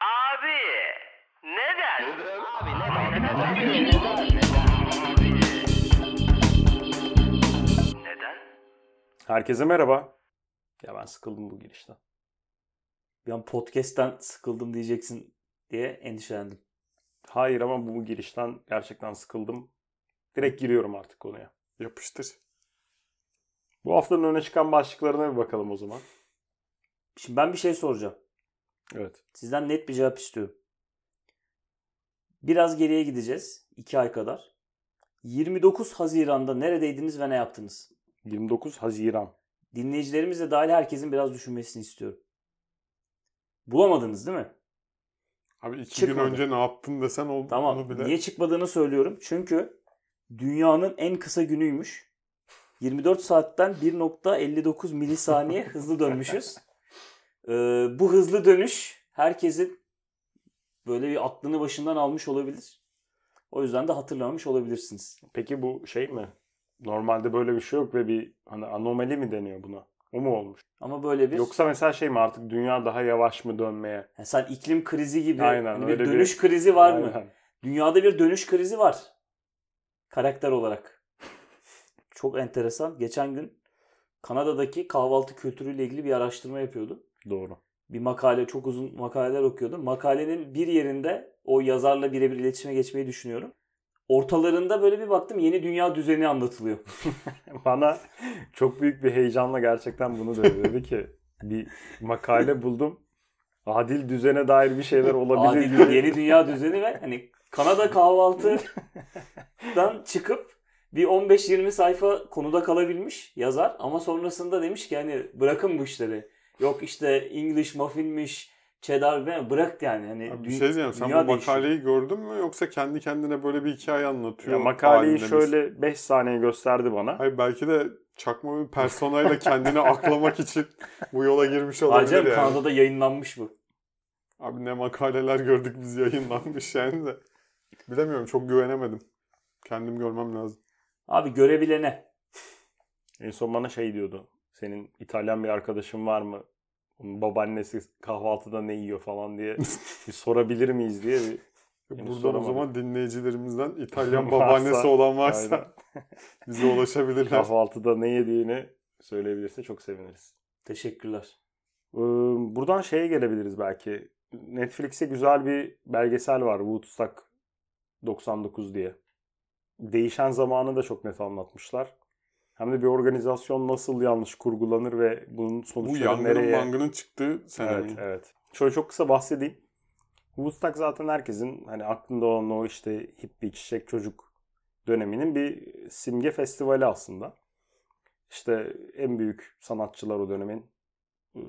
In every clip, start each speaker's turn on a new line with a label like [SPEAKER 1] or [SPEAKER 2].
[SPEAKER 1] Abi neden? Abi neden? Neden? Neden?
[SPEAKER 2] Herkese merhaba. Ya ben sıkıldım bu girişten. Bir an podcast'ten sıkıldım diyeceksin diye endişelendim. Hayır ama bu girişten gerçekten sıkıldım. Direkt giriyorum artık konuya.
[SPEAKER 3] Yapıştır.
[SPEAKER 2] Bu haftanın öne çıkan başlıklarına bir bakalım o zaman.
[SPEAKER 4] Şimdi ben bir şey soracağım.
[SPEAKER 2] Evet.
[SPEAKER 4] Sizden net bir cevap istiyorum. Biraz geriye gideceğiz. 2 ay kadar. 29 Haziran'da neredeydiniz ve ne yaptınız?
[SPEAKER 2] 29 Haziran.
[SPEAKER 4] Dinleyicilerimiz de dahil herkesin biraz düşünmesini istiyorum. Bulamadınız değil mi?
[SPEAKER 3] Abi iki
[SPEAKER 4] Çıkmadı.
[SPEAKER 3] gün önce ne yaptın desen ol, onu
[SPEAKER 4] Tamam.
[SPEAKER 3] bile.
[SPEAKER 4] Niye çıkmadığını söylüyorum. Çünkü dünyanın en kısa günüymüş. 24 saatten 1.59 milisaniye hızlı dönmüşüz. Ee, bu hızlı dönüş herkesin böyle bir aklını başından almış olabilir. O yüzden de hatırlamamış olabilirsiniz.
[SPEAKER 2] Peki bu şey mi? Normalde böyle bir şey yok ve bir hani anomali mi deniyor buna? O mu olmuş?
[SPEAKER 4] Ama böyle bir
[SPEAKER 2] Yoksa mesela şey mi artık dünya daha yavaş mı dönmeye?
[SPEAKER 4] Yani sen iklim krizi gibi
[SPEAKER 2] Aynen,
[SPEAKER 4] hani
[SPEAKER 2] öyle
[SPEAKER 4] bir
[SPEAKER 2] bir-
[SPEAKER 4] dönüş krizi var mı?
[SPEAKER 2] Aynen.
[SPEAKER 4] Dünyada bir dönüş krizi var. Karakter olarak. Çok enteresan. Geçen gün Kanada'daki kahvaltı kültürüyle ilgili bir araştırma yapıyordum.
[SPEAKER 2] Doğru.
[SPEAKER 4] Bir makale, çok uzun makaleler okuyordum. Makalenin bir yerinde o yazarla birebir iletişime geçmeyi düşünüyorum. Ortalarında böyle bir baktım yeni dünya düzeni anlatılıyor.
[SPEAKER 2] Bana çok büyük bir heyecanla gerçekten bunu dedi. Dedi ki bir makale buldum. Adil düzene dair bir şeyler olabilir.
[SPEAKER 4] Adil
[SPEAKER 2] gibi.
[SPEAKER 4] yeni dünya düzeni ve hani Kanada kahvaltıdan çıkıp bir 15-20 sayfa konuda kalabilmiş yazar ama sonrasında demiş ki hani bırakın bu işleri. Yok işte English muffinmiş, cheddar ve bırak yani. Hani
[SPEAKER 3] Abi
[SPEAKER 4] dü-
[SPEAKER 3] bir şey diyeceğim. Sen bu
[SPEAKER 4] dünya
[SPEAKER 3] makaleyi
[SPEAKER 4] değişiyor.
[SPEAKER 3] gördün mü yoksa kendi kendine böyle bir hikaye anlatıyor?
[SPEAKER 2] Ya makaleyi
[SPEAKER 3] halinde misin?
[SPEAKER 2] şöyle 5 saniye gösterdi bana.
[SPEAKER 3] Hayır belki de çakma bir personayla kendini aklamak için bu yola girmiş olabilir
[SPEAKER 4] Acayip
[SPEAKER 3] yani.
[SPEAKER 4] Kanada'da yayınlanmış bu.
[SPEAKER 3] Abi ne makaleler gördük biz yayınlanmış yani de. Bilemiyorum çok güvenemedim. Kendim görmem lazım.
[SPEAKER 4] Abi görebilene.
[SPEAKER 2] En son bana şey diyordu. Senin İtalyan bir arkadaşın var mı? Onun babaannesi kahvaltıda ne yiyor falan diye bir sorabilir miyiz diye bir Henüz
[SPEAKER 3] Buradan o
[SPEAKER 2] soramadım.
[SPEAKER 3] zaman dinleyicilerimizden İtalyan
[SPEAKER 2] Varsa,
[SPEAKER 3] babaannesi olan
[SPEAKER 2] aynen.
[SPEAKER 3] varsa bize ulaşabilirler.
[SPEAKER 2] kahvaltıda ne yediğini söyleyebilirse çok seviniriz.
[SPEAKER 4] Teşekkürler.
[SPEAKER 2] Ee, Buradan şeye gelebiliriz belki. Netflix'e güzel bir belgesel var. Woodstock 99 diye. Değişen zamanı da çok net anlatmışlar. Hem de bir organizasyon nasıl yanlış kurgulanır ve bunun
[SPEAKER 3] Bu
[SPEAKER 2] sonuçları
[SPEAKER 3] yangının
[SPEAKER 2] nereye...
[SPEAKER 3] mangının çıktığı sene
[SPEAKER 2] Evet,
[SPEAKER 3] mi?
[SPEAKER 2] evet. Şöyle çok kısa bahsedeyim. Woodstock zaten herkesin hani aklında olan o işte hippie, çiçek, çocuk döneminin bir simge festivali aslında. İşte en büyük sanatçılar o dönemin e,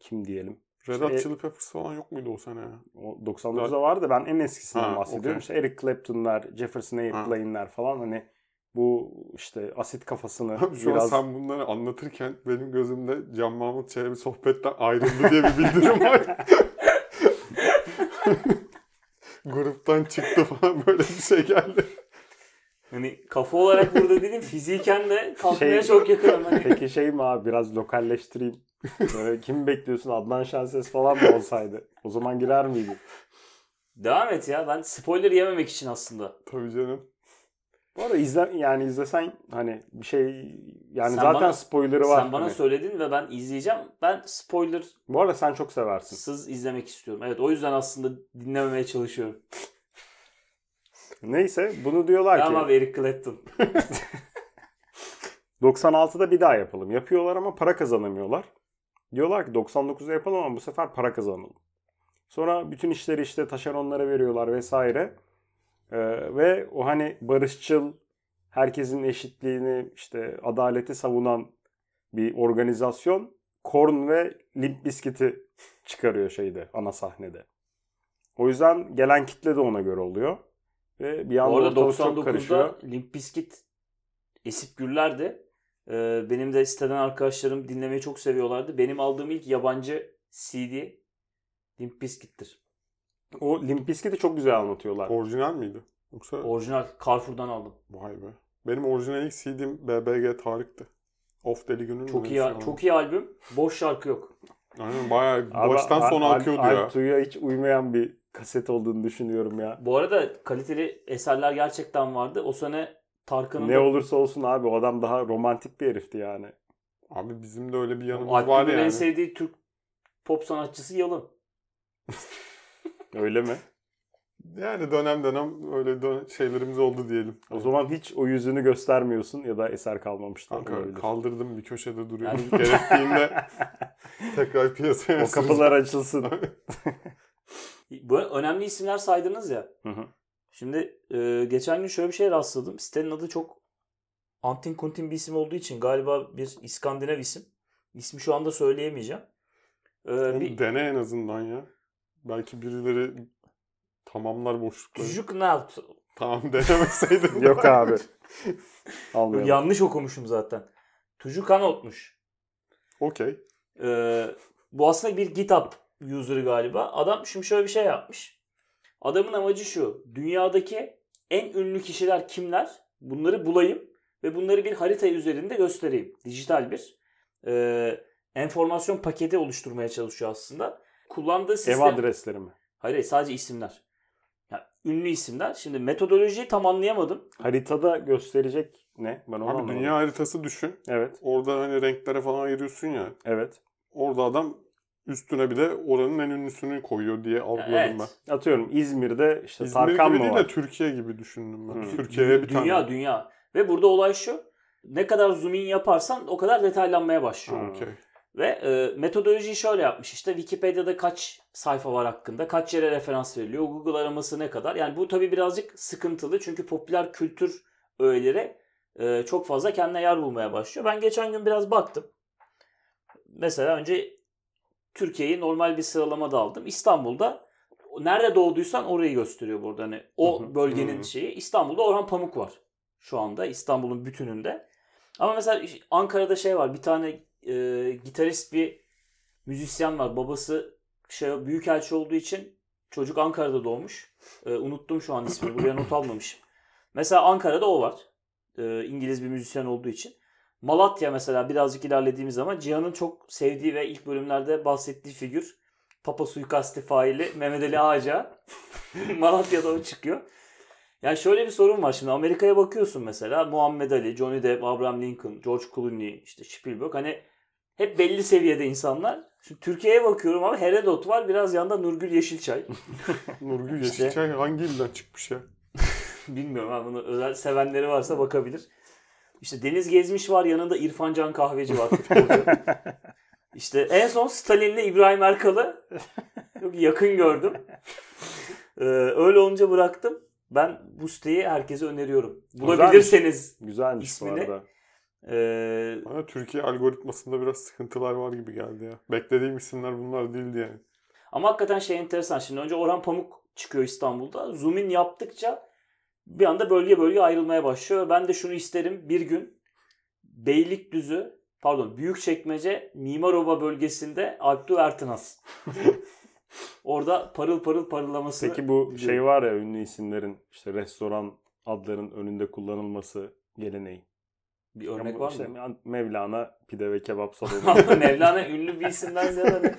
[SPEAKER 2] kim diyelim?
[SPEAKER 3] Red
[SPEAKER 2] İşte-
[SPEAKER 3] Hot Chili Peppers falan yok muydu o sene ya?
[SPEAKER 2] O 99'da vardı. Ben en eskisinden
[SPEAKER 3] Ha,
[SPEAKER 2] bahsediyorum.
[SPEAKER 3] okey.
[SPEAKER 2] İşte Eric Clapton'lar, Jefferson Airplane'ler falan hani bu işte asit kafasını
[SPEAKER 3] Abi şu an
[SPEAKER 2] biraz
[SPEAKER 3] sen bunları anlatırken benim gözümde Can Mahmut Çelebi sohbetten ayrıldı diye bir bildirim var. Gruptan çıktı falan böyle bir şey geldi.
[SPEAKER 4] Hani kafa olarak burada değilim. Fiziken de kalkmaya
[SPEAKER 2] Şey-
[SPEAKER 4] çok yakınım. Hani
[SPEAKER 2] Peki şey mi abi biraz lokalleştireyim. Böyle kim bekliyorsun Adnan Şenses falan mı olsaydı? O zaman girer miydi?
[SPEAKER 4] Devam et ya. Ben spoiler yememek için aslında.
[SPEAKER 3] Tabii canım.
[SPEAKER 2] Bu arada izle, yani izlesen hani bir şey yani
[SPEAKER 4] Sen
[SPEAKER 2] zaten
[SPEAKER 4] bana-
[SPEAKER 2] spoilerı var.
[SPEAKER 4] Sen bana
[SPEAKER 2] hani.
[SPEAKER 4] söyledin ve ben izleyeceğim. Ben spoilersız
[SPEAKER 2] Bu arada sen çok seversin.
[SPEAKER 4] izlemek istiyorum. Evet o yüzden aslında dinlememeye çalışıyorum.
[SPEAKER 2] Neyse bunu diyorlar ki
[SPEAKER 4] Tamam abi Eric Clapton.
[SPEAKER 2] 96'da bir daha yapalım. Yapıyorlar ama para kazanamıyorlar. Diyorlar ki 99'da yapalım ama bu sefer para kazanalım. Sonra bütün işleri işte taşeronlara veriyorlar vesaire. Ee, ve o hani barışçıl, herkesin eşitliğini, işte adaleti savunan bir organizasyon Korn ve Limp Bizkit'i çıkarıyor şeyde, ana sahnede. O yüzden gelen kitle de ona göre oluyor. Ve bir anda
[SPEAKER 4] Bu arada
[SPEAKER 2] ortalık çok karışıyor.
[SPEAKER 4] 99'da Limp Bizkit esip gürlerdi. Ee, benim de siteden arkadaşlarım dinlemeyi çok seviyorlardı. Benim aldığım ilk yabancı CD Limp Bizkit'tir.
[SPEAKER 2] O Limp Bizkit'i çok güzel anlatıyorlar.
[SPEAKER 3] Orijinal miydi? Yoksa
[SPEAKER 4] Orijinal Carrefour'dan aldım.
[SPEAKER 3] vay be. Benim orijinal ilk CD'm BBG Tarık'tı. Of Deli Gün'ün
[SPEAKER 4] Çok iyi çok iyi albüm. Boş şarkı yok.
[SPEAKER 3] Aynen bayağı
[SPEAKER 2] Abi,
[SPEAKER 3] baştan sona
[SPEAKER 2] Al-
[SPEAKER 3] akıyordu
[SPEAKER 2] Al-
[SPEAKER 3] ya.
[SPEAKER 2] Altuğ'a hiç uymayan bir kaset olduğunu düşünüyorum ya.
[SPEAKER 4] Bu arada kaliteli eserler gerçekten vardı. O sene Tarkan'ın
[SPEAKER 2] Ne
[SPEAKER 4] da-
[SPEAKER 2] olursa olsun abi o adam daha romantik bir herifti yani.
[SPEAKER 3] Abi bizim de öyle bir yanımız var
[SPEAKER 4] Alp'in en
[SPEAKER 3] yani.
[SPEAKER 4] sevdiği Türk pop sanatçısı Yalın.
[SPEAKER 2] Öyle mi?
[SPEAKER 3] Yani dönem dönem öyle dö- şeylerimiz oldu diyelim.
[SPEAKER 2] O zaman hiç o yüzünü göstermiyorsun ya da eser kalmamıştı.
[SPEAKER 3] Kanka
[SPEAKER 2] Olabilir.
[SPEAKER 3] kaldırdım bir köşede duruyor. Gerektiğinde tekrar piyasaya
[SPEAKER 2] o kapılar açılsın.
[SPEAKER 4] Bu önemli isimler saydınız ya.
[SPEAKER 2] Hı hı.
[SPEAKER 4] Şimdi e, geçen gün şöyle bir şey rastladım. Sitenin adı çok antin kuntin bir isim olduğu için galiba bir İskandinav isim. İsmi şu anda söyleyemeyeceğim. E, bir
[SPEAKER 3] sürecek. Dene en azından ya. Belki birileri tamamlar boşlukları.
[SPEAKER 4] Tjuknaut.
[SPEAKER 3] Tamam denemeseydin.
[SPEAKER 2] Yok abi. Almayalım.
[SPEAKER 4] Yanlış okumuşum zaten. Tujukanotmuş.
[SPEAKER 3] Okey.
[SPEAKER 4] Ee, bu aslında bir GitHub user'ı galiba. Adam şimdi şöyle bir şey yapmış. Adamın amacı şu. Dünyadaki en ünlü kişiler kimler? Bunları bulayım ve bunları bir harita üzerinde göstereyim. Dijital bir e, enformasyon paketi oluşturmaya çalışıyor aslında. Kullandığı
[SPEAKER 2] Ev
[SPEAKER 4] sistem...
[SPEAKER 2] adresleri mi?
[SPEAKER 4] Hayır, hayır, sadece isimler. Ya, ünlü isimler. Şimdi metodolojiyi tam anlayamadım.
[SPEAKER 2] Haritada gösterecek ne? Ben onu
[SPEAKER 3] Abi
[SPEAKER 2] anlamadım.
[SPEAKER 3] dünya haritası düşün.
[SPEAKER 2] Evet.
[SPEAKER 3] Orada hani renklere falan ayırıyorsun ya.
[SPEAKER 2] Evet.
[SPEAKER 3] Orada adam üstüne bir de oranın en ünlüsünü koyuyor diye algıladım
[SPEAKER 4] Evet.
[SPEAKER 3] ben.
[SPEAKER 2] Atıyorum İzmir'de işte
[SPEAKER 3] İzmir
[SPEAKER 2] Tarkan
[SPEAKER 3] gibi
[SPEAKER 2] mı
[SPEAKER 3] değil
[SPEAKER 2] var?
[SPEAKER 3] de Türkiye gibi düşündüm ben.
[SPEAKER 2] Hı.
[SPEAKER 3] Türkiye'ye bir
[SPEAKER 4] dünya
[SPEAKER 3] tane.
[SPEAKER 4] dünya. Ve burada olay şu. Ne kadar zoom in yaparsan o kadar detaylanmaya başlıyor.
[SPEAKER 2] Hı.
[SPEAKER 3] Okey.
[SPEAKER 4] Ve e, metodolojiyi şöyle yapmış işte Wikipedia'da kaç sayfa var hakkında, kaç yere referans veriliyor, Google araması ne kadar. Yani bu tabii birazcık sıkıntılı çünkü popüler kültür öğeleri e, çok fazla kendine yer bulmaya başlıyor. Ben geçen gün biraz baktım. Mesela önce Türkiye'yi normal bir sıralama da aldım. İstanbul'da nerede doğduysan orayı gösteriyor burada. Hani o
[SPEAKER 2] Hı hı.
[SPEAKER 4] bölgenin
[SPEAKER 3] Hı.
[SPEAKER 4] şeyi. İstanbul'da Orhan Pamuk var şu anda İstanbul'un bütününde. Ama mesela iş- Ankara'da şey var. Bir tane e, gitarist bir müzisyen var. Babası şey büyükelçi olduğu için çocuk Ankara'da doğmuş. E, unuttum şu an ismini. Buraya not almamışım. Mesela Ankara'da o var. E, İngiliz bir müzisyen olduğu için. Malatya mesela birazcık ilerlediğimiz zaman Cihan'ın çok sevdiği ve ilk bölümlerde bahsettiği figür Papa suikasti faili Mehmet Ali Ağaca. Malatya'da o çıkıyor. Yani şöyle bir sorun var şimdi. Amerika'ya bakıyorsun mesela Muhammed Ali, Johnny Depp, Abraham Lincoln, George Clooney, işte Spielberg. Hani hep belli seviyede insanlar. Şimdi Türkiye'ye bakıyorum ama Heredot var. Biraz yanda Nurgül Yeşilçay.
[SPEAKER 3] Nurgül
[SPEAKER 4] İşte.
[SPEAKER 3] Yeşilçay hangi ilden çıkmış ya?
[SPEAKER 4] Bilmiyorum ama bunu özel sevenleri varsa bakabilir. İşte Deniz Gezmiş var yanında İrfan Can Kahveci var. futbolcu. işte en son Stalin'le İbrahim Erkal'ı çok yakın gördüm. Ee, öyle olunca bıraktım. Ben bu siteyi herkese öneriyorum. Bulabilirseniz.
[SPEAKER 2] Güzelmiş bu
[SPEAKER 4] İsmini-
[SPEAKER 2] arada.
[SPEAKER 4] Ee,
[SPEAKER 3] Bana Türkiye algoritmasında biraz sıkıntılar var gibi geldi ya. Beklediğim isimler bunlar değildi yani.
[SPEAKER 4] ama hakikaten şey enteresan. Şimdi önce Orhan Pamuk çıkıyor İstanbul'da. Zoom in yaptıkça bir anda bölge bölge ayrılmaya başlıyor. Ben de şunu isterim. Bir gün Beylikdüzü pardon Büyükçekmece Mimaroba bölgesinde Alptu Ertinaz. Orada parıl parıl parılaması.
[SPEAKER 2] Peki bu şey var ya ünlü isimlerin işte restoran adların önünde kullanılması geleneği.
[SPEAKER 4] bir
[SPEAKER 2] Ya
[SPEAKER 4] örnek
[SPEAKER 2] bu şey-
[SPEAKER 4] var
[SPEAKER 2] işte
[SPEAKER 4] mı?
[SPEAKER 2] Mevlana pide ve kebap salonu.
[SPEAKER 4] Mevlana ünlü bir isimden ziyade hani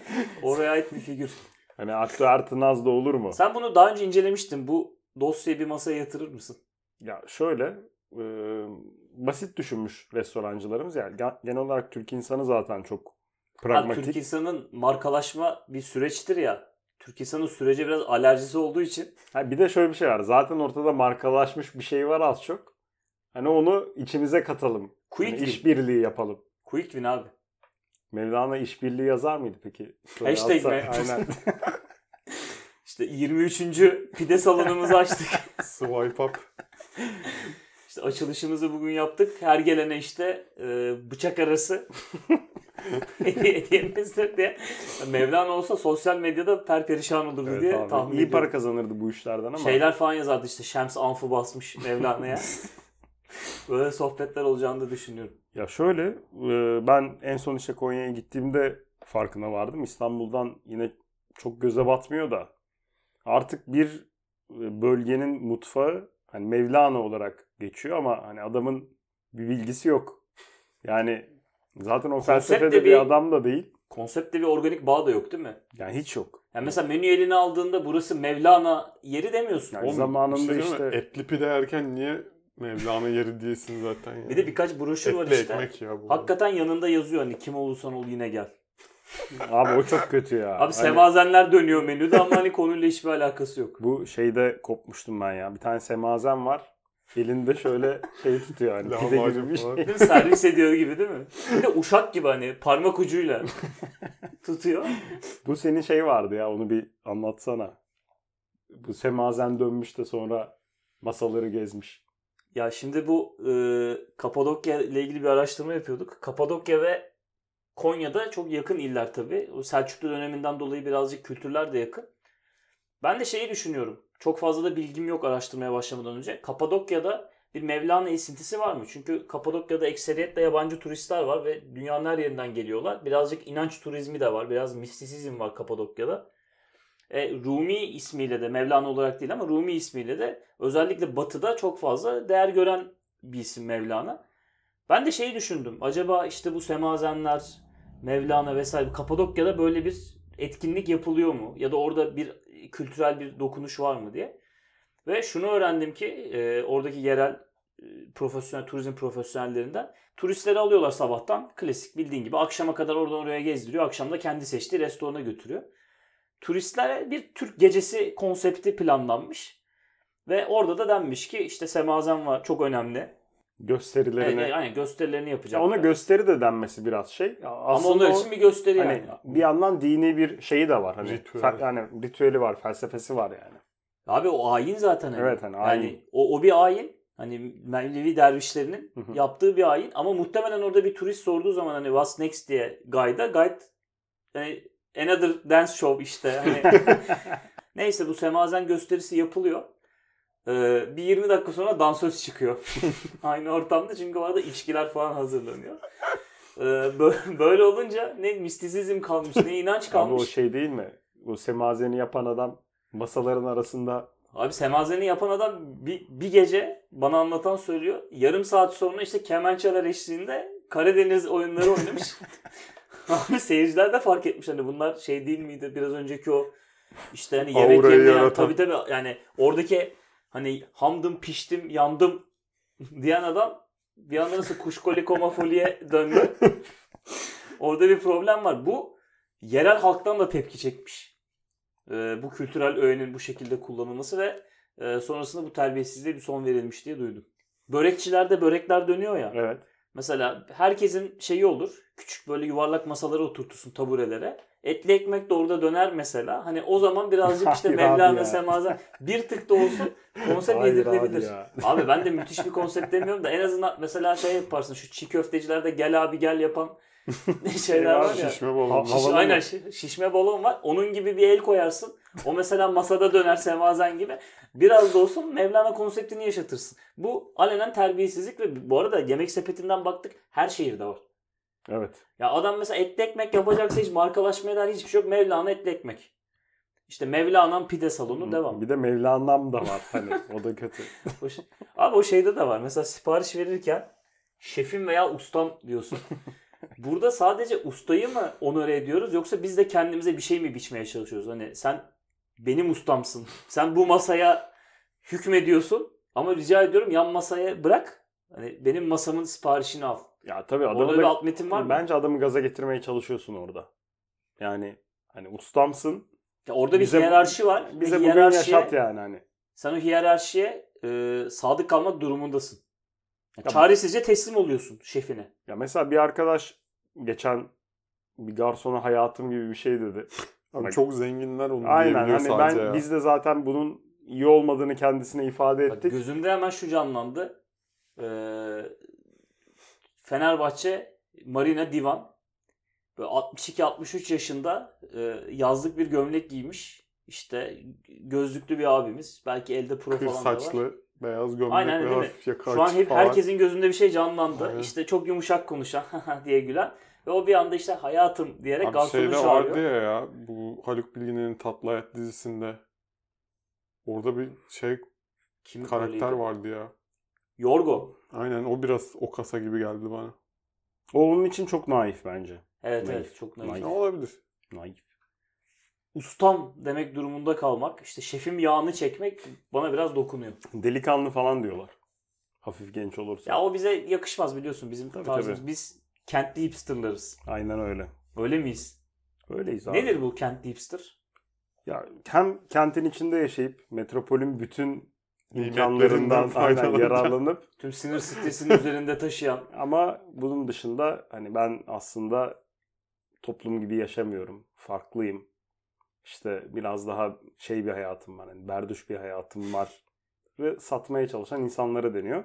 [SPEAKER 4] oraya ait bir figür.
[SPEAKER 2] hani Aklı Ertinaz da olur mu?
[SPEAKER 4] Sen bunu daha önce incelemiştin. Bu dosyayı bir masaya yatırır mısın?
[SPEAKER 2] Ya şöyle e, basit düşünmüş restorancılarımız yani Gen- genel olarak Türk insanı zaten çok
[SPEAKER 4] Ha,
[SPEAKER 2] pragmatik.
[SPEAKER 4] Türk insanın markalaşma bir süreçtir ya. Türk insanın sürece biraz alerjisi olduğu için
[SPEAKER 2] Ha, bir de şöyle bir şey var. Zaten ortada markalaşmış bir şey var az çok. Hani onu içimize katalım.
[SPEAKER 4] quick
[SPEAKER 2] Hani
[SPEAKER 4] win.
[SPEAKER 2] işbirliği yapalım.
[SPEAKER 4] Quick win abi.
[SPEAKER 2] Mevlana işbirliği yazar mıydı peki? Şöyle
[SPEAKER 4] Hashtag
[SPEAKER 2] atsa-
[SPEAKER 4] mi?
[SPEAKER 2] Aynen.
[SPEAKER 4] İşte 23. pide salonumuzu açtık.
[SPEAKER 3] Swipe up.
[SPEAKER 4] İşte açılışımızı bugün yaptık. Her gelene işte e, bıçak arası hediye- hediyemizdir diye. Mevlana olsa sosyal medyada perperişan olurdu
[SPEAKER 2] Evet
[SPEAKER 4] diye
[SPEAKER 2] abi.
[SPEAKER 4] tahmin
[SPEAKER 2] İyi
[SPEAKER 4] ediyorum.
[SPEAKER 2] para kazanırdı bu işlerden ama.
[SPEAKER 4] Şeyler falan yazardı işte Şems Anfu basmış Mevlana'ya. Böyle sohbetler olacağını da düşünüyorum.
[SPEAKER 2] Ya şöyle e, ben en son işte Konya'ya gittiğimde farkına vardım. İstanbul'dan yine çok göze batmıyor da artık bir e, bölgenin mutfağı hani Mevlana olarak geçiyor ama hani adamın bir bilgisi yok. Yani zaten o
[SPEAKER 4] Konsept de
[SPEAKER 2] felsefede bir
[SPEAKER 4] bir-
[SPEAKER 2] adam da değil.
[SPEAKER 4] Konseptte bir organik bağ da yok değil mi?
[SPEAKER 2] Yani hiç yok.
[SPEAKER 4] Yani mesela menü eline aldığında burası Mevlana yeri demiyorsun.
[SPEAKER 2] Yani
[SPEAKER 3] Oğlum,
[SPEAKER 2] zamanında
[SPEAKER 3] bir şey
[SPEAKER 2] işte-
[SPEAKER 3] söyleyeyim mi? Etli pide yerken niye Mevlana yeri diyesin zaten yani.
[SPEAKER 4] Bir de birkaç broşür var
[SPEAKER 3] Etli
[SPEAKER 4] işte.
[SPEAKER 3] ekmek ya bu.
[SPEAKER 4] Hakikaten yanında yazıyor hani kim olursan ol yine gel.
[SPEAKER 2] Abi o çok kötü ya.
[SPEAKER 4] Abi
[SPEAKER 2] Hani-
[SPEAKER 4] semazenler dönüyor menüde ama hani konuyla hiçbir alakası yok.
[SPEAKER 2] Bu şeyde kopmuştum ben ya. Bir tane semazen var. Elinde şöyle şey tutuyor hani. Pide
[SPEAKER 3] Lahmacun
[SPEAKER 2] gibi bir
[SPEAKER 3] falan.
[SPEAKER 2] şey.
[SPEAKER 4] Değil mi? Servis ediyor gibi değil mi? Bir de uşak gibi hani parmak ucuyla tutuyor.
[SPEAKER 2] Bu senin şey vardı ya onu bir anlatsana. Bu semazen dönmüş de sonra masaları gezmiş.
[SPEAKER 4] Ya şimdi bu e, Kapadokya ile ilgili bir araştırma yapıyorduk. Kapadokya ve Konya'da çok yakın iller tabii. O Selçuklu döneminden dolayı birazcık kültürler de yakın. Ben de şeyi düşünüyorum. Çok fazla da bilgim yok araştırmaya başlamadan önce. Kapadokya'da bir Mevlana esintisi var mı? Çünkü Kapadokya'da ekseriyetle yabancı turistler var ve dünyanın her yerinden geliyorlar. Birazcık inanç turizmi de var. Biraz mistisizm var Kapadokya'da. E, Rumi ismiyle de Mevlana olarak değil ama Rumi ismiyle de özellikle batıda çok fazla değer gören bir isim Mevlana. Ben de şeyi düşündüm. Acaba işte bu semazenler, Mevlana vesaire Kapadokya'da böyle bir etkinlik yapılıyor mu? Ya da orada bir kültürel bir dokunuş var mı diye. Ve şunu öğrendim ki e, oradaki yerel e, profesyonel turizm profesyonellerinden turistleri alıyorlar sabahtan klasik bildiğin gibi akşama kadar oradan oraya gezdiriyor. Akşam da kendi seçtiği restorana götürüyor. Turistlere bir Türk gecesi konsepti planlanmış. Ve orada da denmiş ki işte semazen var çok önemli.
[SPEAKER 2] Gösterilerine.
[SPEAKER 4] Evet, yani gösterilerini yapacak.
[SPEAKER 2] Ya ona gösteri de denmesi biraz şey. Ya
[SPEAKER 4] Ama
[SPEAKER 2] Aslında
[SPEAKER 4] onlar
[SPEAKER 2] o-
[SPEAKER 4] için bir gösteri
[SPEAKER 2] hani
[SPEAKER 4] yani.
[SPEAKER 2] bir yandan dini bir şeyi de var hani.
[SPEAKER 3] Ritüeli.
[SPEAKER 2] Fa- yani ritüeli var, felsefesi var yani.
[SPEAKER 4] Abi o ayin zaten. Hani.
[SPEAKER 2] Evet, hani
[SPEAKER 4] Yani
[SPEAKER 2] ayin.
[SPEAKER 4] o, o bir ayin. Hani Mevlevi dervişlerinin
[SPEAKER 2] Hı hı.
[SPEAKER 4] yaptığı bir ayin. Ama muhtemelen orada bir turist sorduğu zaman hani what's next diye guide'a guide hani another dance show işte. Hani Neyse bu semazen gösterisi yapılıyor. Ee, bir 20 dakika sonra dansöz çıkıyor. Aynı ortamda çünkü orada içkiler falan hazırlanıyor. Ee, bö- böyle olunca ne mistisizm kalmış ne inanç
[SPEAKER 2] Abi
[SPEAKER 4] kalmış.
[SPEAKER 2] o şey değil mi? Bu semazeni yapan adam masaların arasında
[SPEAKER 4] Abi semazeni yapan adam bir, bir gece bana anlatan söylüyor. Yarım saat sonra işte kemençeler eşliğinde Karadeniz oyunları oynamış. Abi seyirciler de fark etmiş hani bunlar şey değil miydi biraz önceki o işte hani yemek
[SPEAKER 3] Aurayı
[SPEAKER 4] yemeyen
[SPEAKER 3] yaratan.
[SPEAKER 4] tabii tabii yani oradaki hani hamdım piştim yandım diyen adam bir anda nasıl kuşkoli komafoliye döndü. Orada bir problem var. Bu yerel halktan da tepki çekmiş. Ee, bu kültürel öğenin bu şekilde kullanılması ve e, sonrasında bu terbiyesizliğe bir son verilmiş diye duydum. Börekçilerde börekler dönüyor ya.
[SPEAKER 2] evet.
[SPEAKER 4] Mesela herkesin şeyi olur. Küçük böyle yuvarlak masalara oturtursun taburelere. Etli ekmek de orada döner mesela. Hani o zaman birazcık işte
[SPEAKER 2] Hayır abi
[SPEAKER 4] Mevlana
[SPEAKER 2] ya.
[SPEAKER 4] semazen bir tık da olsun konsept
[SPEAKER 2] Hayır abi
[SPEAKER 4] yedirilebilir.
[SPEAKER 2] ya.
[SPEAKER 4] Abi ben de müthiş bir konsept demiyorum da en azından mesela şey yaparsın şu çiğ köftecilerde gel abi gel yapan şeyler
[SPEAKER 2] var
[SPEAKER 4] var ya.
[SPEAKER 3] Şişme balon.
[SPEAKER 2] Ha-
[SPEAKER 4] Şiş-
[SPEAKER 2] havalı
[SPEAKER 4] aynen
[SPEAKER 2] mı?
[SPEAKER 4] şi- şişme balon var. Onun gibi bir el koyarsın. O mesela masada döner semazen gibi. Biraz da olsun Mevlana konseptini yaşatırsın. Bu alenen terbiyesizlik ve bu arada yemek sepetinden baktık her şehirde var.
[SPEAKER 2] Evet.
[SPEAKER 4] Ya adam mesela etli ekmek yapacaksa hiç markalaşmaya dair hiçbir şey yok. Mevlana etli ekmek. İşte Mevlana'm pide salonu devam.
[SPEAKER 2] Bir de Mevlana'm da var hani o da kötü.
[SPEAKER 4] O şey- Abi o şeyde de var. Mesela sipariş verirken şefim veya ustam diyorsun. Burada sadece ustayı mı onore ediyoruz yoksa biz de kendimize bir şey mi biçmeye çalışıyoruz? Hani sen benim ustamsın. Sen bu masaya hükmediyorsun ama rica ediyorum yan masaya bırak. Hani benim masamın siparişini al.
[SPEAKER 2] Ya tabii
[SPEAKER 4] Orada
[SPEAKER 2] adamı
[SPEAKER 4] bir
[SPEAKER 2] da-
[SPEAKER 4] alt metin var mı?
[SPEAKER 2] bence adamı gaza getirmeye çalışıyorsun orada. Yani hani ustamsın.
[SPEAKER 4] Ya orada bir
[SPEAKER 2] bize-
[SPEAKER 4] hiyerarşi var.
[SPEAKER 2] Bize
[SPEAKER 4] Ve
[SPEAKER 2] bugün
[SPEAKER 4] hiyerarşiye-
[SPEAKER 2] yaşat yani hani.
[SPEAKER 4] Sen o hiyerarşiye e, sadık kalmak durumundasın. Ya
[SPEAKER 2] Tamam.
[SPEAKER 4] Çaresizce teslim oluyorsun şefine.
[SPEAKER 2] Ya mesela bir arkadaş geçen bir garsona hayatım gibi bir şey dedi.
[SPEAKER 3] Abi çok zenginler onu
[SPEAKER 2] Aynen
[SPEAKER 3] diyebiliyor
[SPEAKER 2] hani
[SPEAKER 3] sadece
[SPEAKER 2] ben
[SPEAKER 3] ya.
[SPEAKER 2] biz de zaten bunun iyi olmadığını kendisine ifade
[SPEAKER 4] Bak,
[SPEAKER 2] ettik.
[SPEAKER 4] gözümde hemen şu canlandı. E, Fenerbahçe Marina Divan böyle 62-63 yaşında e, yazlık bir gömlek giymiş. İşte gözlüklü bir abimiz. Belki elde pro
[SPEAKER 3] Kır
[SPEAKER 4] falan da var.
[SPEAKER 3] saçlı, beyaz gömlek
[SPEAKER 4] Aynen, hani
[SPEAKER 3] ve
[SPEAKER 4] değil mi?
[SPEAKER 3] hafif yaka
[SPEAKER 4] Şu an
[SPEAKER 3] açık
[SPEAKER 4] hep
[SPEAKER 3] falan.
[SPEAKER 4] herkesin gözünde bir şey canlandı.
[SPEAKER 3] Aynen.
[SPEAKER 4] İşte çok yumuşak konuşan diye gülen. Ve o bir anda işte hayatım diyerek
[SPEAKER 3] Abi
[SPEAKER 4] garsonu
[SPEAKER 3] şeyde
[SPEAKER 4] çağırıyor.
[SPEAKER 3] vardı ya ya bu Haluk Bilginer'in Tatlı Hayat dizisinde orada bir şey
[SPEAKER 4] Kim
[SPEAKER 3] karakter
[SPEAKER 4] öyleydi?
[SPEAKER 3] vardı ya.
[SPEAKER 4] Yorgo.
[SPEAKER 3] Aynen o biraz o kasa gibi geldi bana.
[SPEAKER 2] O onun için çok naif bence.
[SPEAKER 4] Evet
[SPEAKER 2] Naif.
[SPEAKER 4] evet çok naif.
[SPEAKER 2] Naif.
[SPEAKER 3] Ne olabilir?
[SPEAKER 2] Naif.
[SPEAKER 4] Ustam demek durumunda kalmak. işte şefim yağını çekmek bana biraz dokunuyor.
[SPEAKER 2] Delikanlı falan diyorlar. Hafif genç olursa.
[SPEAKER 4] Ya o bize yakışmaz biliyorsun bizim
[SPEAKER 2] Tabii,
[SPEAKER 4] tarzımız.
[SPEAKER 2] tabii.
[SPEAKER 4] Biz kentli hipsterlarız.
[SPEAKER 2] Aynen öyle.
[SPEAKER 4] Öyle miyiz?
[SPEAKER 2] Öyleyiz abi.
[SPEAKER 4] Nedir bu kentli hipster?
[SPEAKER 2] Ya hem kentin içinde yaşayıp metropolün bütün
[SPEAKER 3] Nimetlerinden
[SPEAKER 2] imkanlarından aynen
[SPEAKER 3] faydalanıp-
[SPEAKER 2] yararlanıp
[SPEAKER 4] Tüm sinir stresini üzerinde taşıyan.
[SPEAKER 2] ama bunun dışında hani ben aslında toplum gibi yaşamıyorum. Farklıyım. İşte biraz daha şey bir hayatım var. Hani berduş bir hayatım var. Ve satmaya çalışan insanlara deniyor.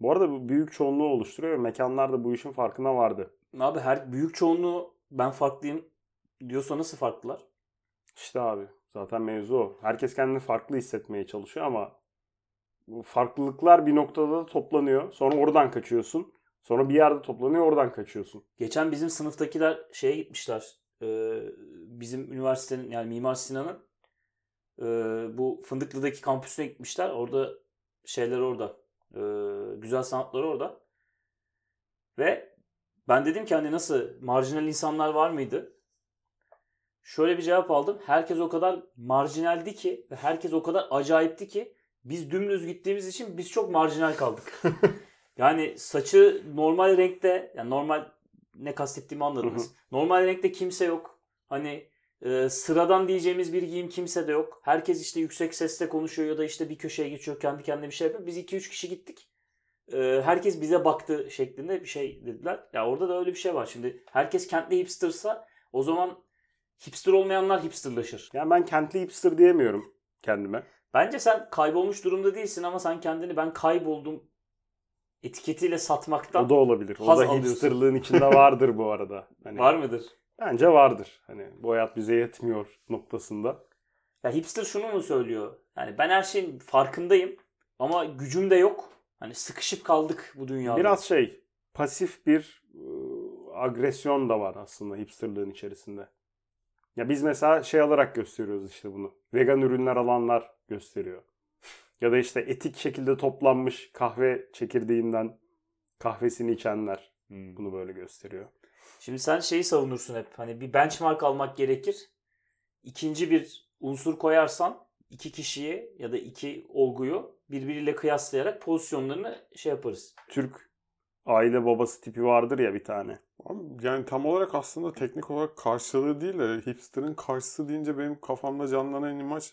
[SPEAKER 2] Bu arada bu büyük çoğunluğu oluşturuyor ve mekanlar da bu işin farkına vardı.
[SPEAKER 4] Abi her büyük çoğunluğu ben farklıyım diyorsa nasıl farklılar?
[SPEAKER 2] İşte abi zaten mevzu o. Herkes kendini farklı hissetmeye çalışıyor ama bu farklılıklar bir noktada da toplanıyor. Sonra oradan kaçıyorsun. Sonra bir yerde toplanıyor oradan kaçıyorsun.
[SPEAKER 4] Geçen bizim sınıftakiler şeye gitmişler. Ee, bizim üniversitenin yani Mimar Sinan'ın e, bu Fındıklı'daki kampüsüne gitmişler. Orada şeyler orada. Ee, güzel sanatları orada. Ve ben dedim ki hani nasıl marjinal insanlar var mıydı? Şöyle bir cevap aldım. Herkes o kadar marjinaldi ki ve herkes o kadar acayipti ki biz dümdüz gittiğimiz için biz çok marjinal kaldık. yani saçı normal renkte yani normal ne kastettiğimi
[SPEAKER 2] Hı
[SPEAKER 4] anladınız. normal renkte kimse yok. Hani e, sıradan diyeceğimiz bir giyim kimse de yok. Herkes işte yüksek sesle konuşuyor ya da işte bir köşeye geçiyor kendi kendine bir şey yapıyor. Biz 2-3 kişi gittik. E, herkes bize baktı şeklinde bir şey dediler. Ya orada da öyle bir şey var. Şimdi herkes kentli hipstersa o zaman hipster olmayanlar hipsterlaşır.
[SPEAKER 2] Yani ben kentli hipster diyemiyorum kendime.
[SPEAKER 4] Bence sen kaybolmuş durumda değilsin ama sen kendini ben kayboldum etiketiyle satmaktan
[SPEAKER 2] O da olabilir. O
[SPEAKER 4] Haz
[SPEAKER 2] da
[SPEAKER 4] alıyorsun.
[SPEAKER 2] hipsterlığın içinde vardır bu arada. Hani
[SPEAKER 4] var mıdır?
[SPEAKER 2] Bence vardır. Hani bu hayat bize yetmiyor noktasında.
[SPEAKER 4] Ya hipster şunu mu söylüyor? Yani ben her şeyin farkındayım ama gücüm de yok. Hani sıkışıp kaldık bu dünyada.
[SPEAKER 2] Biraz şey pasif bir e, agresyon da var aslında hipsterlığın içerisinde. Ya biz mesela şey alarak gösteriyoruz işte bunu. Vegan ürünler alanlar gösteriyor. Ya da işte etik şekilde toplanmış kahve çekirdeğinden kahvesini içenler bunu böyle gösteriyor.
[SPEAKER 4] Şimdi sen şeyi savunursun hep. Hani bir benchmark almak gerekir. İkinci bir unsur koyarsan iki kişiyi ya da iki olguyu birbiriyle kıyaslayarak pozisyonlarını şey yaparız.
[SPEAKER 2] Türk aile babası tipi vardır ya bir tane.
[SPEAKER 3] Abi yani tam olarak aslında teknik olarak karşılığı değil de hipster'ın karşısı deyince benim kafamda canlanan imaj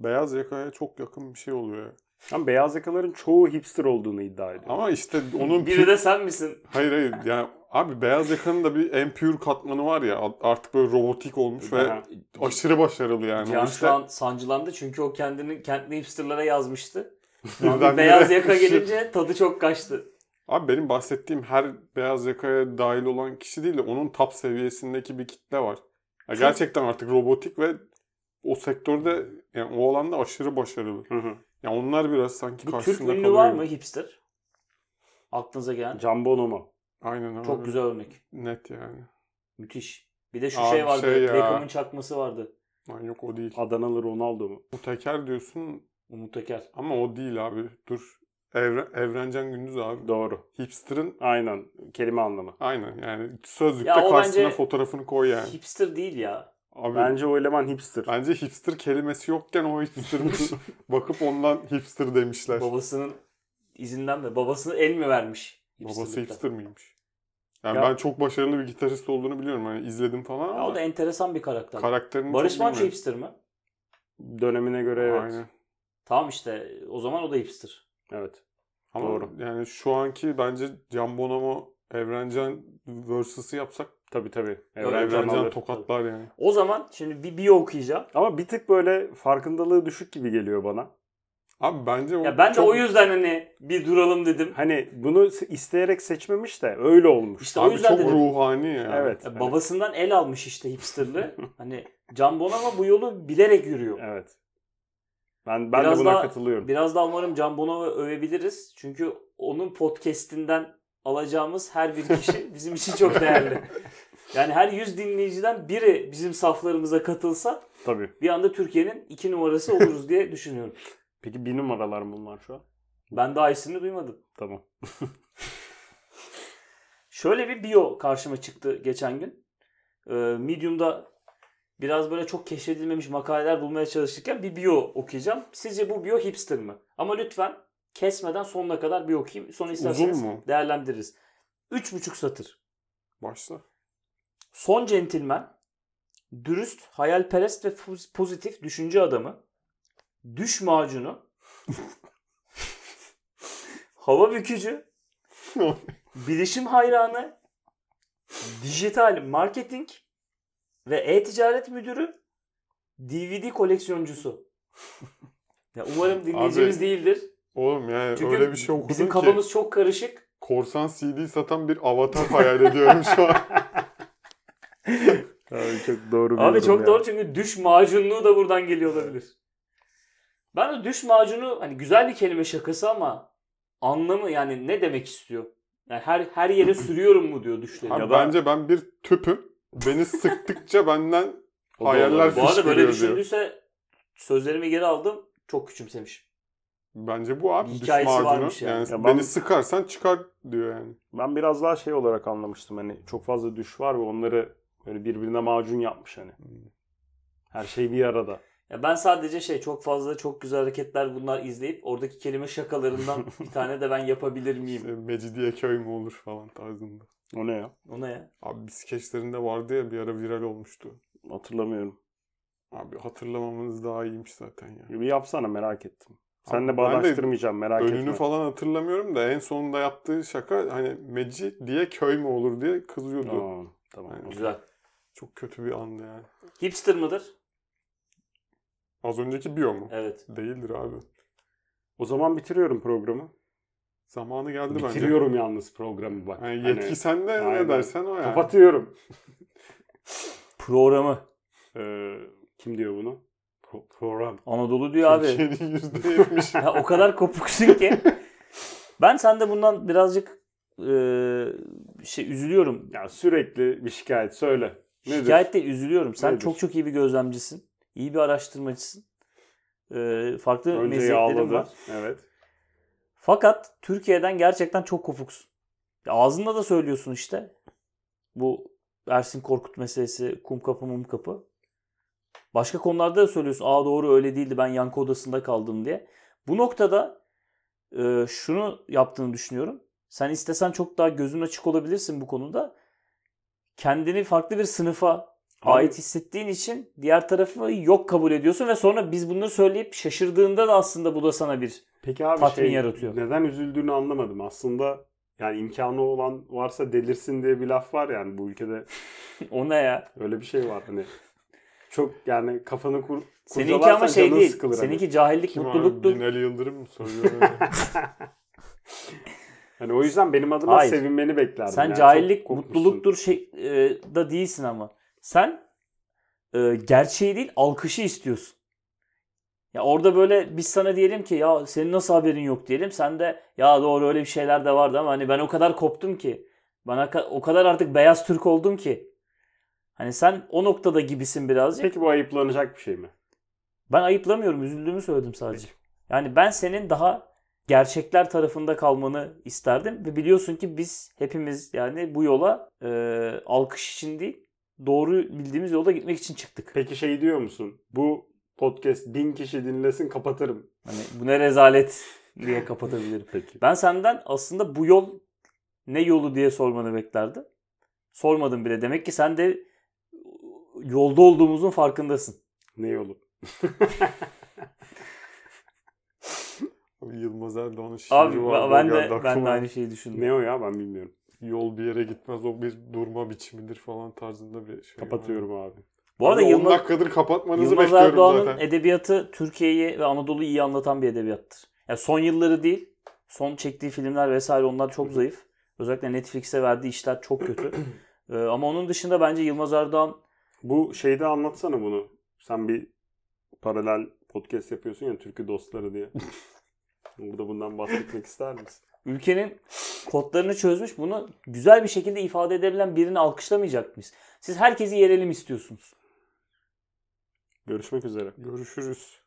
[SPEAKER 3] beyaz yakaya çok yakın bir şey oluyor. ya.
[SPEAKER 2] Ama beyaz yakaların çoğu hipster olduğunu iddia ediyor.
[SPEAKER 3] Ama işte onun
[SPEAKER 4] Biri de sen misin?
[SPEAKER 3] Hayır hayır yani abi beyaz yakanın da bir empür katmanı var ya artık böyle robotik olmuş ve
[SPEAKER 2] Ha.
[SPEAKER 3] aşırı başarılı yani. O
[SPEAKER 4] Cihan
[SPEAKER 3] işte
[SPEAKER 4] şu an sancılandı çünkü o kendini kentli hipsterlara yazmıştı. Ama
[SPEAKER 3] birdenbire-
[SPEAKER 4] bir beyaz yaka
[SPEAKER 3] şey-
[SPEAKER 4] gelince tadı çok kaçtı.
[SPEAKER 3] Abi benim bahsettiğim her beyaz yakaya dahil olan kişi değil de onun top seviyesindeki bir kitle var. Ya gerçekten artık robotik ve o sektörde yani o alanda aşırı başarılı.
[SPEAKER 2] Hı hı.
[SPEAKER 3] Yani onlar biraz sanki
[SPEAKER 4] Bu Türk
[SPEAKER 3] karşısında
[SPEAKER 4] ünlü
[SPEAKER 3] kalıyor.
[SPEAKER 4] var mı hipster? Aklınıza gelen.
[SPEAKER 2] Can Bono mu?
[SPEAKER 3] Aynen abi.
[SPEAKER 4] Çok güzel örnek.
[SPEAKER 3] Net yani.
[SPEAKER 4] Müthiş. Bir de şu
[SPEAKER 3] Abi
[SPEAKER 4] şey vardı.
[SPEAKER 3] şey ya.
[SPEAKER 4] Beckham'ın çakması vardı.
[SPEAKER 3] Lan yok o değil.
[SPEAKER 2] Adanalı Ronaldo mu?
[SPEAKER 3] Bu teker diyorsun
[SPEAKER 4] Umut Teker.
[SPEAKER 3] ama o değil abi. Dur. Evren, Evrencan Gündüz abi.
[SPEAKER 2] Doğru.
[SPEAKER 3] Hipster'ın
[SPEAKER 2] Aynen. Kelime anlamı.
[SPEAKER 3] aynen yani sözlükte
[SPEAKER 4] Ya o
[SPEAKER 3] karşısına
[SPEAKER 4] bence-
[SPEAKER 3] fotoğrafını koy yani.
[SPEAKER 4] Hipster değil ya.
[SPEAKER 3] Abi
[SPEAKER 2] Bence o eleman hipster.
[SPEAKER 3] Bence hipster kelimesi yokken o hipstermiş. Bakıp ondan hipster demişler.
[SPEAKER 4] Babasının izinden mi? Babasına el mi vermiş?
[SPEAKER 3] Babası
[SPEAKER 4] hipsterlikte?
[SPEAKER 3] hipster miymiş? Yani
[SPEAKER 2] Ya-
[SPEAKER 3] ben çok başarılı bir gitarist olduğunu biliyorum. Hani izledim falan
[SPEAKER 4] Ya
[SPEAKER 3] ama
[SPEAKER 4] o da enteresan bir karakter.
[SPEAKER 3] karakterini
[SPEAKER 4] Barış
[SPEAKER 3] çok
[SPEAKER 4] Manço
[SPEAKER 3] bilmiyorum.
[SPEAKER 4] hipster mi?
[SPEAKER 2] Dönemine göre evet.
[SPEAKER 3] Aynen.
[SPEAKER 4] Tamam işte o zaman o da hipster.
[SPEAKER 2] Evet.
[SPEAKER 3] Ama
[SPEAKER 2] Doğru.
[SPEAKER 3] yani şu anki bence Can Bonomo Evrencan versus'ı yapsak
[SPEAKER 2] Tabii tabii.
[SPEAKER 4] Evrencan
[SPEAKER 3] Evrencan
[SPEAKER 2] alır.
[SPEAKER 3] tokatlar yani.
[SPEAKER 4] O zaman şimdi bir bio okuyacağım.
[SPEAKER 2] Ama bir tık böyle farkındalığı düşük gibi geliyor bana.
[SPEAKER 3] Abi bence o
[SPEAKER 4] Ya ben
[SPEAKER 3] çok-
[SPEAKER 4] de o yüzden hani bir duralım dedim.
[SPEAKER 2] Hani bunu se- isteyerek seçmemiş de öyle olmuş.
[SPEAKER 4] İşte o
[SPEAKER 3] Abi
[SPEAKER 4] yüzden
[SPEAKER 3] çok
[SPEAKER 4] dedim.
[SPEAKER 3] ruhani yani.
[SPEAKER 2] Evet.
[SPEAKER 4] Ya e, babasından el almış işte hipsterli. hani Can Bonomo bu yolu bilerek yürüyor.
[SPEAKER 2] Evet. Ben ben
[SPEAKER 4] Biraz
[SPEAKER 2] de buna
[SPEAKER 4] daha-
[SPEAKER 2] katılıyorum.
[SPEAKER 4] Biraz da umarım Can Bonomo övebiliriz. Çünkü onun podcast'inden alacağımız her bir kişi bizim için çok değerli. Yani her 100 dinleyiciden biri bizim saflarımıza katılsa
[SPEAKER 2] Tabii.
[SPEAKER 4] bir anda Türkiye'nin iki numarası oluruz diye düşünüyorum.
[SPEAKER 2] Peki bir numaralar mı bunlar şu an?
[SPEAKER 4] Ben daha iyisini duymadım.
[SPEAKER 2] Tamam.
[SPEAKER 4] Şöyle bir bio karşıma çıktı geçen gün. Ee, Medium'da biraz böyle çok keşfedilmemiş makaleler bulmaya çalışırken bir bio okuyacağım. Sizce bu bio hipster mi? Ama lütfen kesmeden sonuna kadar bir okuyayım. Sonra isterseniz
[SPEAKER 3] mu?
[SPEAKER 4] değerlendiririz. Üç buçuk satır.
[SPEAKER 3] Başla.
[SPEAKER 4] Son centilmen, dürüst, hayalperest ve poz- pozitif düşünce adamı, düş macunu, hava bükücü, bilişim hayranı, dijital marketing ve e-ticaret müdürü, DVD koleksiyoncusu. Ya umarım dinleyicimiz
[SPEAKER 3] Abi,
[SPEAKER 4] değildir.
[SPEAKER 3] Oğlum yani
[SPEAKER 4] Çünkü
[SPEAKER 3] öyle bir şey okudum
[SPEAKER 4] bizim
[SPEAKER 3] ki.
[SPEAKER 4] kafamız çok karışık.
[SPEAKER 3] Korsan CD satan bir avatar hayal ediyorum şu an.
[SPEAKER 2] Abi çok doğru bir
[SPEAKER 4] Abi
[SPEAKER 2] yorum
[SPEAKER 4] çok
[SPEAKER 2] ya.
[SPEAKER 4] doğru çünkü düş macunluğu da buradan geliyor olabilir. Ben de düş macunu hani güzel bir kelime şakası ama anlamı yani ne demek istiyor? Yani her her yere sürüyorum mu diyor düşleri.
[SPEAKER 3] Abi
[SPEAKER 2] Ya da-
[SPEAKER 3] bence ben bir tüpüm. Beni sıktıkça benden
[SPEAKER 2] O da
[SPEAKER 3] hayaller
[SPEAKER 2] olabilir.
[SPEAKER 4] Bu arada böyle
[SPEAKER 3] fışkırıyor diyor.
[SPEAKER 4] düşündüyse sözlerimi geri aldım. Çok küçümsemişim.
[SPEAKER 3] Bence bu abi.
[SPEAKER 4] Bir
[SPEAKER 3] Düş
[SPEAKER 4] hikayesi
[SPEAKER 3] macunu.
[SPEAKER 4] varmış yani.
[SPEAKER 3] yani.
[SPEAKER 2] Ya ben-
[SPEAKER 3] beni sıkarsan çıkar diyor yani.
[SPEAKER 2] Ben biraz daha şey olarak anlamıştım hani çok fazla düş var ve onları böyle birbirine macun yapmış hani. Her şey bir arada.
[SPEAKER 4] Ya ben sadece şey çok fazla çok güzel hareketler bunlar izleyip oradaki kelime şakalarından bir tane de ben yapabilir miyim?
[SPEAKER 3] İşte Mecidiye köy mü olur falan tarzında.
[SPEAKER 2] O ne ya?
[SPEAKER 4] Ona ya.
[SPEAKER 3] Abi skeçlerinde vardı ya bir ara viral olmuştu.
[SPEAKER 2] Hatırlamıyorum.
[SPEAKER 3] Abi hatırlamamanız daha iyiymiş zaten ya.
[SPEAKER 2] Bir yapsana merak ettim. Seninle
[SPEAKER 3] Abi ben de
[SPEAKER 2] bağdaştırmayacağım merak
[SPEAKER 3] Önünü
[SPEAKER 2] etme.
[SPEAKER 3] falan hatırlamıyorum da en sonunda yaptığı şaka hani Meci diye köy mü olur diye kızıyordu.
[SPEAKER 2] Aa, tamam.
[SPEAKER 3] Aynen.
[SPEAKER 4] Güzel.
[SPEAKER 3] Çok kötü bir andı yani.
[SPEAKER 4] Hipster mıdır?
[SPEAKER 3] Az önceki biyo mu?
[SPEAKER 4] Evet.
[SPEAKER 3] Değildir abi.
[SPEAKER 2] O zaman bitiriyorum programı.
[SPEAKER 3] Zamanı geldi bence.
[SPEAKER 2] bitiriyorum yalnız programı bak.
[SPEAKER 3] Yani
[SPEAKER 2] Hani
[SPEAKER 3] yetki sende
[SPEAKER 2] Aynen. Ee,
[SPEAKER 3] ne dersen o yani.
[SPEAKER 2] kapatıyorum.
[SPEAKER 4] Programı.
[SPEAKER 2] Ee, kim diyor bunu? Pro- program.
[SPEAKER 4] Anadolu diyor abi.
[SPEAKER 3] Türkiye'nin yüzde yetmiş.
[SPEAKER 4] Ya o kadar kopuksun ki. Ben sende bundan birazcık e, şey üzülüyorum.
[SPEAKER 2] Ya sürekli bir şikayet söyle. Nedir?
[SPEAKER 4] Şikayet değil üzülüyorum. Sen
[SPEAKER 2] Nedir?
[SPEAKER 4] çok çok iyi bir gözlemcisin. İyi bir araştırmacısın. E, farklı
[SPEAKER 2] Önce
[SPEAKER 4] meziyetlerin
[SPEAKER 2] yağladı.
[SPEAKER 4] var.
[SPEAKER 2] Evet.
[SPEAKER 4] Fakat Türkiye'den gerçekten çok kopuksun. Ya ağzında da söylüyorsun işte. Bu Ersin Korkut meselesi, kum kapı mum kapı. Başka konularda da söylüyorsun. Aa doğru öyle değildi ben yankı odasında kaldım diye. Bu noktada e, şunu yaptığını düşünüyorum. Sen istesen çok daha gözün açık olabilirsin bu konuda. Kendini farklı bir sınıfa
[SPEAKER 2] Abi-
[SPEAKER 4] ait hissettiğin için diğer tarafı yok kabul ediyorsun ve sonra biz bunları söyleyip şaşırdığında da aslında bu da sana bir
[SPEAKER 2] Peki abi
[SPEAKER 4] Tatmin
[SPEAKER 2] şey,
[SPEAKER 4] yaratıyor.
[SPEAKER 2] neden üzüldüğünü anlamadım. Aslında yani imkanı olan varsa delirsin diye bir laf var yani bu ülkede
[SPEAKER 4] o ne ya?
[SPEAKER 2] öyle bir şey var hani. Çok yani kafanı kur,
[SPEAKER 4] Seninki ama
[SPEAKER 2] kurcalarsan
[SPEAKER 4] şey
[SPEAKER 2] canın
[SPEAKER 4] değil.
[SPEAKER 2] sıkılır. hani.
[SPEAKER 4] Seninki cahillik,
[SPEAKER 3] Kim abi?
[SPEAKER 4] mutluluktur.
[SPEAKER 3] Binali Yıldırım mı soruyor? öyle?
[SPEAKER 2] Hani o yüzden benim adıma
[SPEAKER 4] Hayır.
[SPEAKER 2] sevinmeni beklerdim.
[SPEAKER 4] Sen
[SPEAKER 2] yani.
[SPEAKER 4] cahillik,
[SPEAKER 2] Çok korkmuşsun.
[SPEAKER 4] mutluluktur şey e, da değilsin ama. Sen e, gerçeği değil, alkışı istiyorsun. Ya orada böyle biz sana diyelim ki ya senin nasıl haberin yok diyelim. Sen de ya doğru öyle bir şeyler de vardı ama hani ben o kadar koptum ki. Bana ka- o kadar artık beyaz Türk oldum ki. Hani sen o noktada gibisin birazcık.
[SPEAKER 2] Peki bu ayıplanacak bir şey mi?
[SPEAKER 4] Ben ayıplamıyorum, üzüldüğümü söyledim sadece. Yani ben senin daha gerçekler tarafında kalmanı isterdim ve biliyorsun ki biz hepimiz yani bu yola e, alkış için değil, doğru bildiğimiz yolda gitmek için çıktık.
[SPEAKER 2] Peki şey diyor musun? Bu podcast bin kişi dinlesin kapatırım.
[SPEAKER 4] Hani bu ne rezalet diye kapatabilirim.
[SPEAKER 2] Peki.
[SPEAKER 4] Ben senden aslında bu yol ne yolu diye sormanı beklerdim. Sormadın bile. Demek ki sen de yolda olduğumuzun farkındasın.
[SPEAKER 2] Ne yolu?
[SPEAKER 3] Abi Yılmaz Erdoğan'ın şiiri
[SPEAKER 4] Abi
[SPEAKER 3] vardı, o
[SPEAKER 4] ben
[SPEAKER 3] geldi
[SPEAKER 4] de ben de
[SPEAKER 3] aklıma.
[SPEAKER 4] aynı şeyi düşündüm.
[SPEAKER 2] Ne o ya ben bilmiyorum.
[SPEAKER 3] Yol bir yere gitmez o bir durma biçimidir falan tarzında bir şey. var.
[SPEAKER 2] Kapatıyorum abi.
[SPEAKER 4] Bu arada
[SPEAKER 3] Abi 10
[SPEAKER 4] Yılmaz
[SPEAKER 3] dakikadır kapatmanızı
[SPEAKER 4] Yılmaz
[SPEAKER 3] bekliyorum
[SPEAKER 4] Erdoğan'ın
[SPEAKER 3] zaten.
[SPEAKER 4] edebiyatı Türkiye'yi ve Anadolu'yu iyi anlatan bir edebiyattır. Yani son yılları değil, son çektiği filmler vesaire onlar çok zayıf. Özellikle Netflix'e verdiği işler çok kötü. Ee, ama onun dışında bence Yılmaz Erdoğan
[SPEAKER 2] Bu şeyde anlatsana bunu. Sen bir paralel podcast yapıyorsun ya Türkü Dostları diye. Burada bundan bahsetmek ister misin?
[SPEAKER 4] ülkenin kodlarını çözmüş. Bunu güzel bir şekilde ifade edebilen birini alkışlamayacak mıyız? Siz herkesi yerelim istiyorsunuz.
[SPEAKER 2] Görüşmek üzere.
[SPEAKER 3] Görüşürüz.